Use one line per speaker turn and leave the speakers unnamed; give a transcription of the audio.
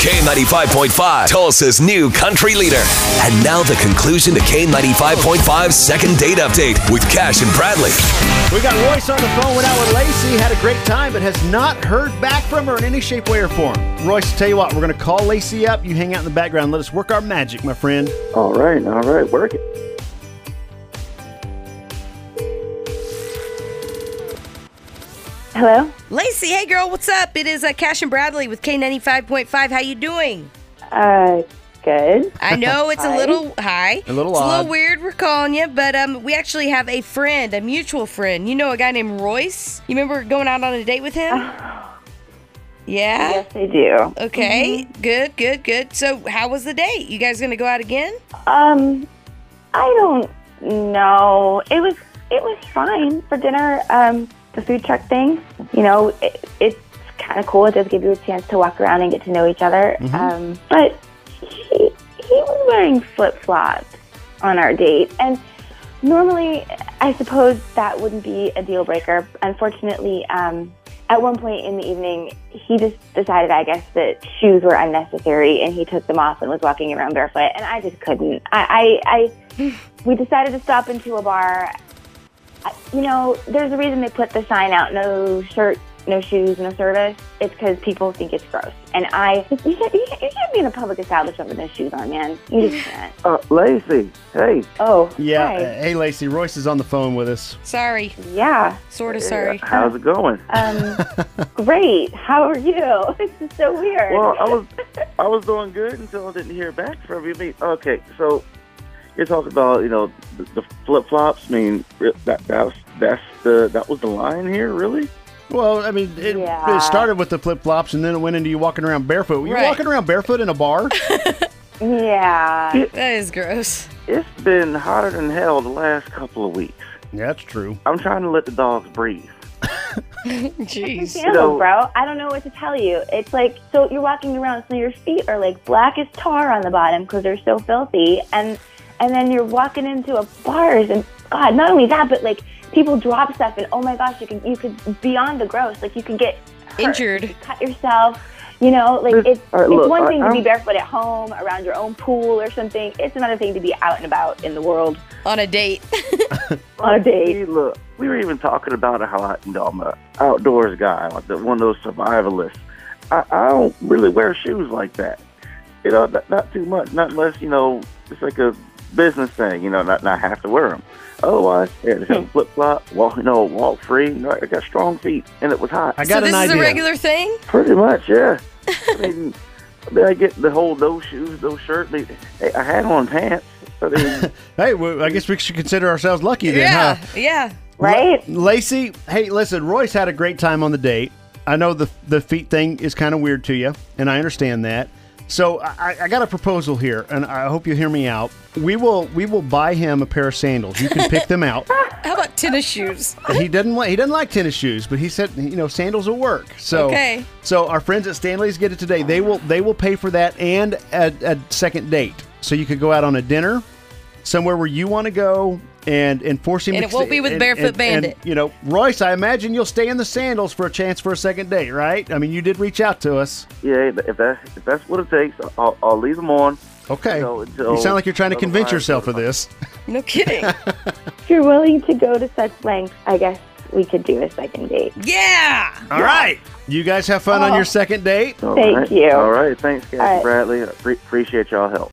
K95.5, Tulsa's new country leader. And now the conclusion to K95.5's second date update with Cash and Bradley.
We got Royce on the phone, went out with Lacey, had a great time, but has not heard back from her in any shape, way, or form. Royce, tell you what, we're going to call Lacey up. You hang out in the background. Let us work our magic, my friend.
All right, all right, work it.
Hello.
Lacey, hey girl, what's up? It is uh, Cash and Bradley with K95.5. How you doing?
Uh, good.
I know it's a
Hi.
little high.
A little
It's a
odd.
little weird we're calling you, but um, we actually have a friend, a mutual friend. You know a guy named Royce? You remember going out on a date with him?
Uh,
yeah?
Yes, I do.
Okay,
Mm-hmm.
good, good, good. So how was the date? You guys going to go out again?
Um, I don't know. It was it was fine for dinner. Um, the food truck thing. You know, it, it's kind of cool. It does give you a chance to walk around and get to know each other. Um, but he he was wearing flip flops on our date, and normally, I suppose that wouldn't be a deal breaker. Unfortunately, um, at one point in the evening, he just decided, I guess, that shoes were unnecessary, and he took them off and was walking around barefoot, and I just couldn't. I, I, I we decided to stop into a bar. I, you know, there's a reason they put the sign out: no shirt, no shoes, no service. It's because people think it's gross, and I, you can't, you can't, you can't be in a public establishment with no shoes on, man. You just can't.
Uh, Lacey, hey,
Oh,
Yeah.
hi.
uh, hey, Lacey, Royce is on the phone with us.
Sorry,
yeah.
sort of sorry.
how's it going?
Um, great. How are you? This is so weird.
Well, I was I was doing good until I didn't hear back from you. I mean, okay, so you're talking about you know the, the flip flops. I mean, re- that that's that's the that was the line here, really.
Well, I mean, it,
Yeah.
it started with the flip flops and then it went into you walking around barefoot. Were you
Right.
walking around barefoot in a bar?
yeah.
That is gross.
It's been hotter than hell the last couple of weeks.
yeah, that's true.
I'm trying to let the dogs breathe.
Jeez.
Damn,
So-
bro. I don't know what to tell you. It's like, so you're walking around, so your feet are like black as tar on the bottom because they're so filthy. And, and then you're walking into a bars and God, not only that, but like people drop stuff and oh my gosh, you can, you could beyond the gross, like you could get hurt.
Injured.
cut yourself. You know, like
This-
it's,
all right,
it's
look,
one
I-
thing to be
I'm-
barefoot at home around your own pool or something. It's another thing to be out and about in the world
On a date.
on a date.
Hey, look, we were even talking about it how I, you know, I'm an outdoors guy, like the, one of those survivalists. I, I don't really wear shoes like that. You know, not, not too much, not unless, you know, it's like a business thing, you know, not, not have to wear them. Otherwise, yeah, just have a flip flop, walk, you know, walk free. You know, I got strong feet, and it was hot.
I got
so this
an
is
idea.
a regular thing?
Pretty much, yeah. I mean, then I get the whole no shoes, no shirt. I mean, hey, I had on pants. I mean,
hey, well, I guess we should consider ourselves lucky then,
yeah,
huh?
yeah.
Right?
La- Lacey, hey, listen, Royce had a great time on the date. I know the the feet thing is kind of weird to you, and I understand that. So I, I- I got a proposal here, and I hope you hear me out. We will we will buy him a pair of sandals. You can pick them out.
How about tennis shoes?
he doesn't like he doesn't like tennis shoes, but he said you know sandals will work. So
Okay.
so our friends at Stanley's get it today. They will they will pay for that and a, a second date. So you could go out on a dinner somewhere where you want to go and and force him.
And
to
it won't
stay-
be with
and-
Barefoot
and- and,
Bandit.
you know, Royce, I imagine you'll stay in the sandals for a chance for a second date, right? I mean, you did reach out to us.
yeah, if that's if that's what it takes, I'll, I'll leave them on.
Okay.
No, it's
you sound like you're trying to
all-
convince
otherwise-
yourself of this.
No kidding.
If you're willing to go to such lengths, I guess we could do a second date.
yeah.
All right. You guys have fun
Oh.
on your second date.
All
Thank
right.
you.
All right. Thanks, guys.
All right.
Bradley. I pre- appreciate y'all help.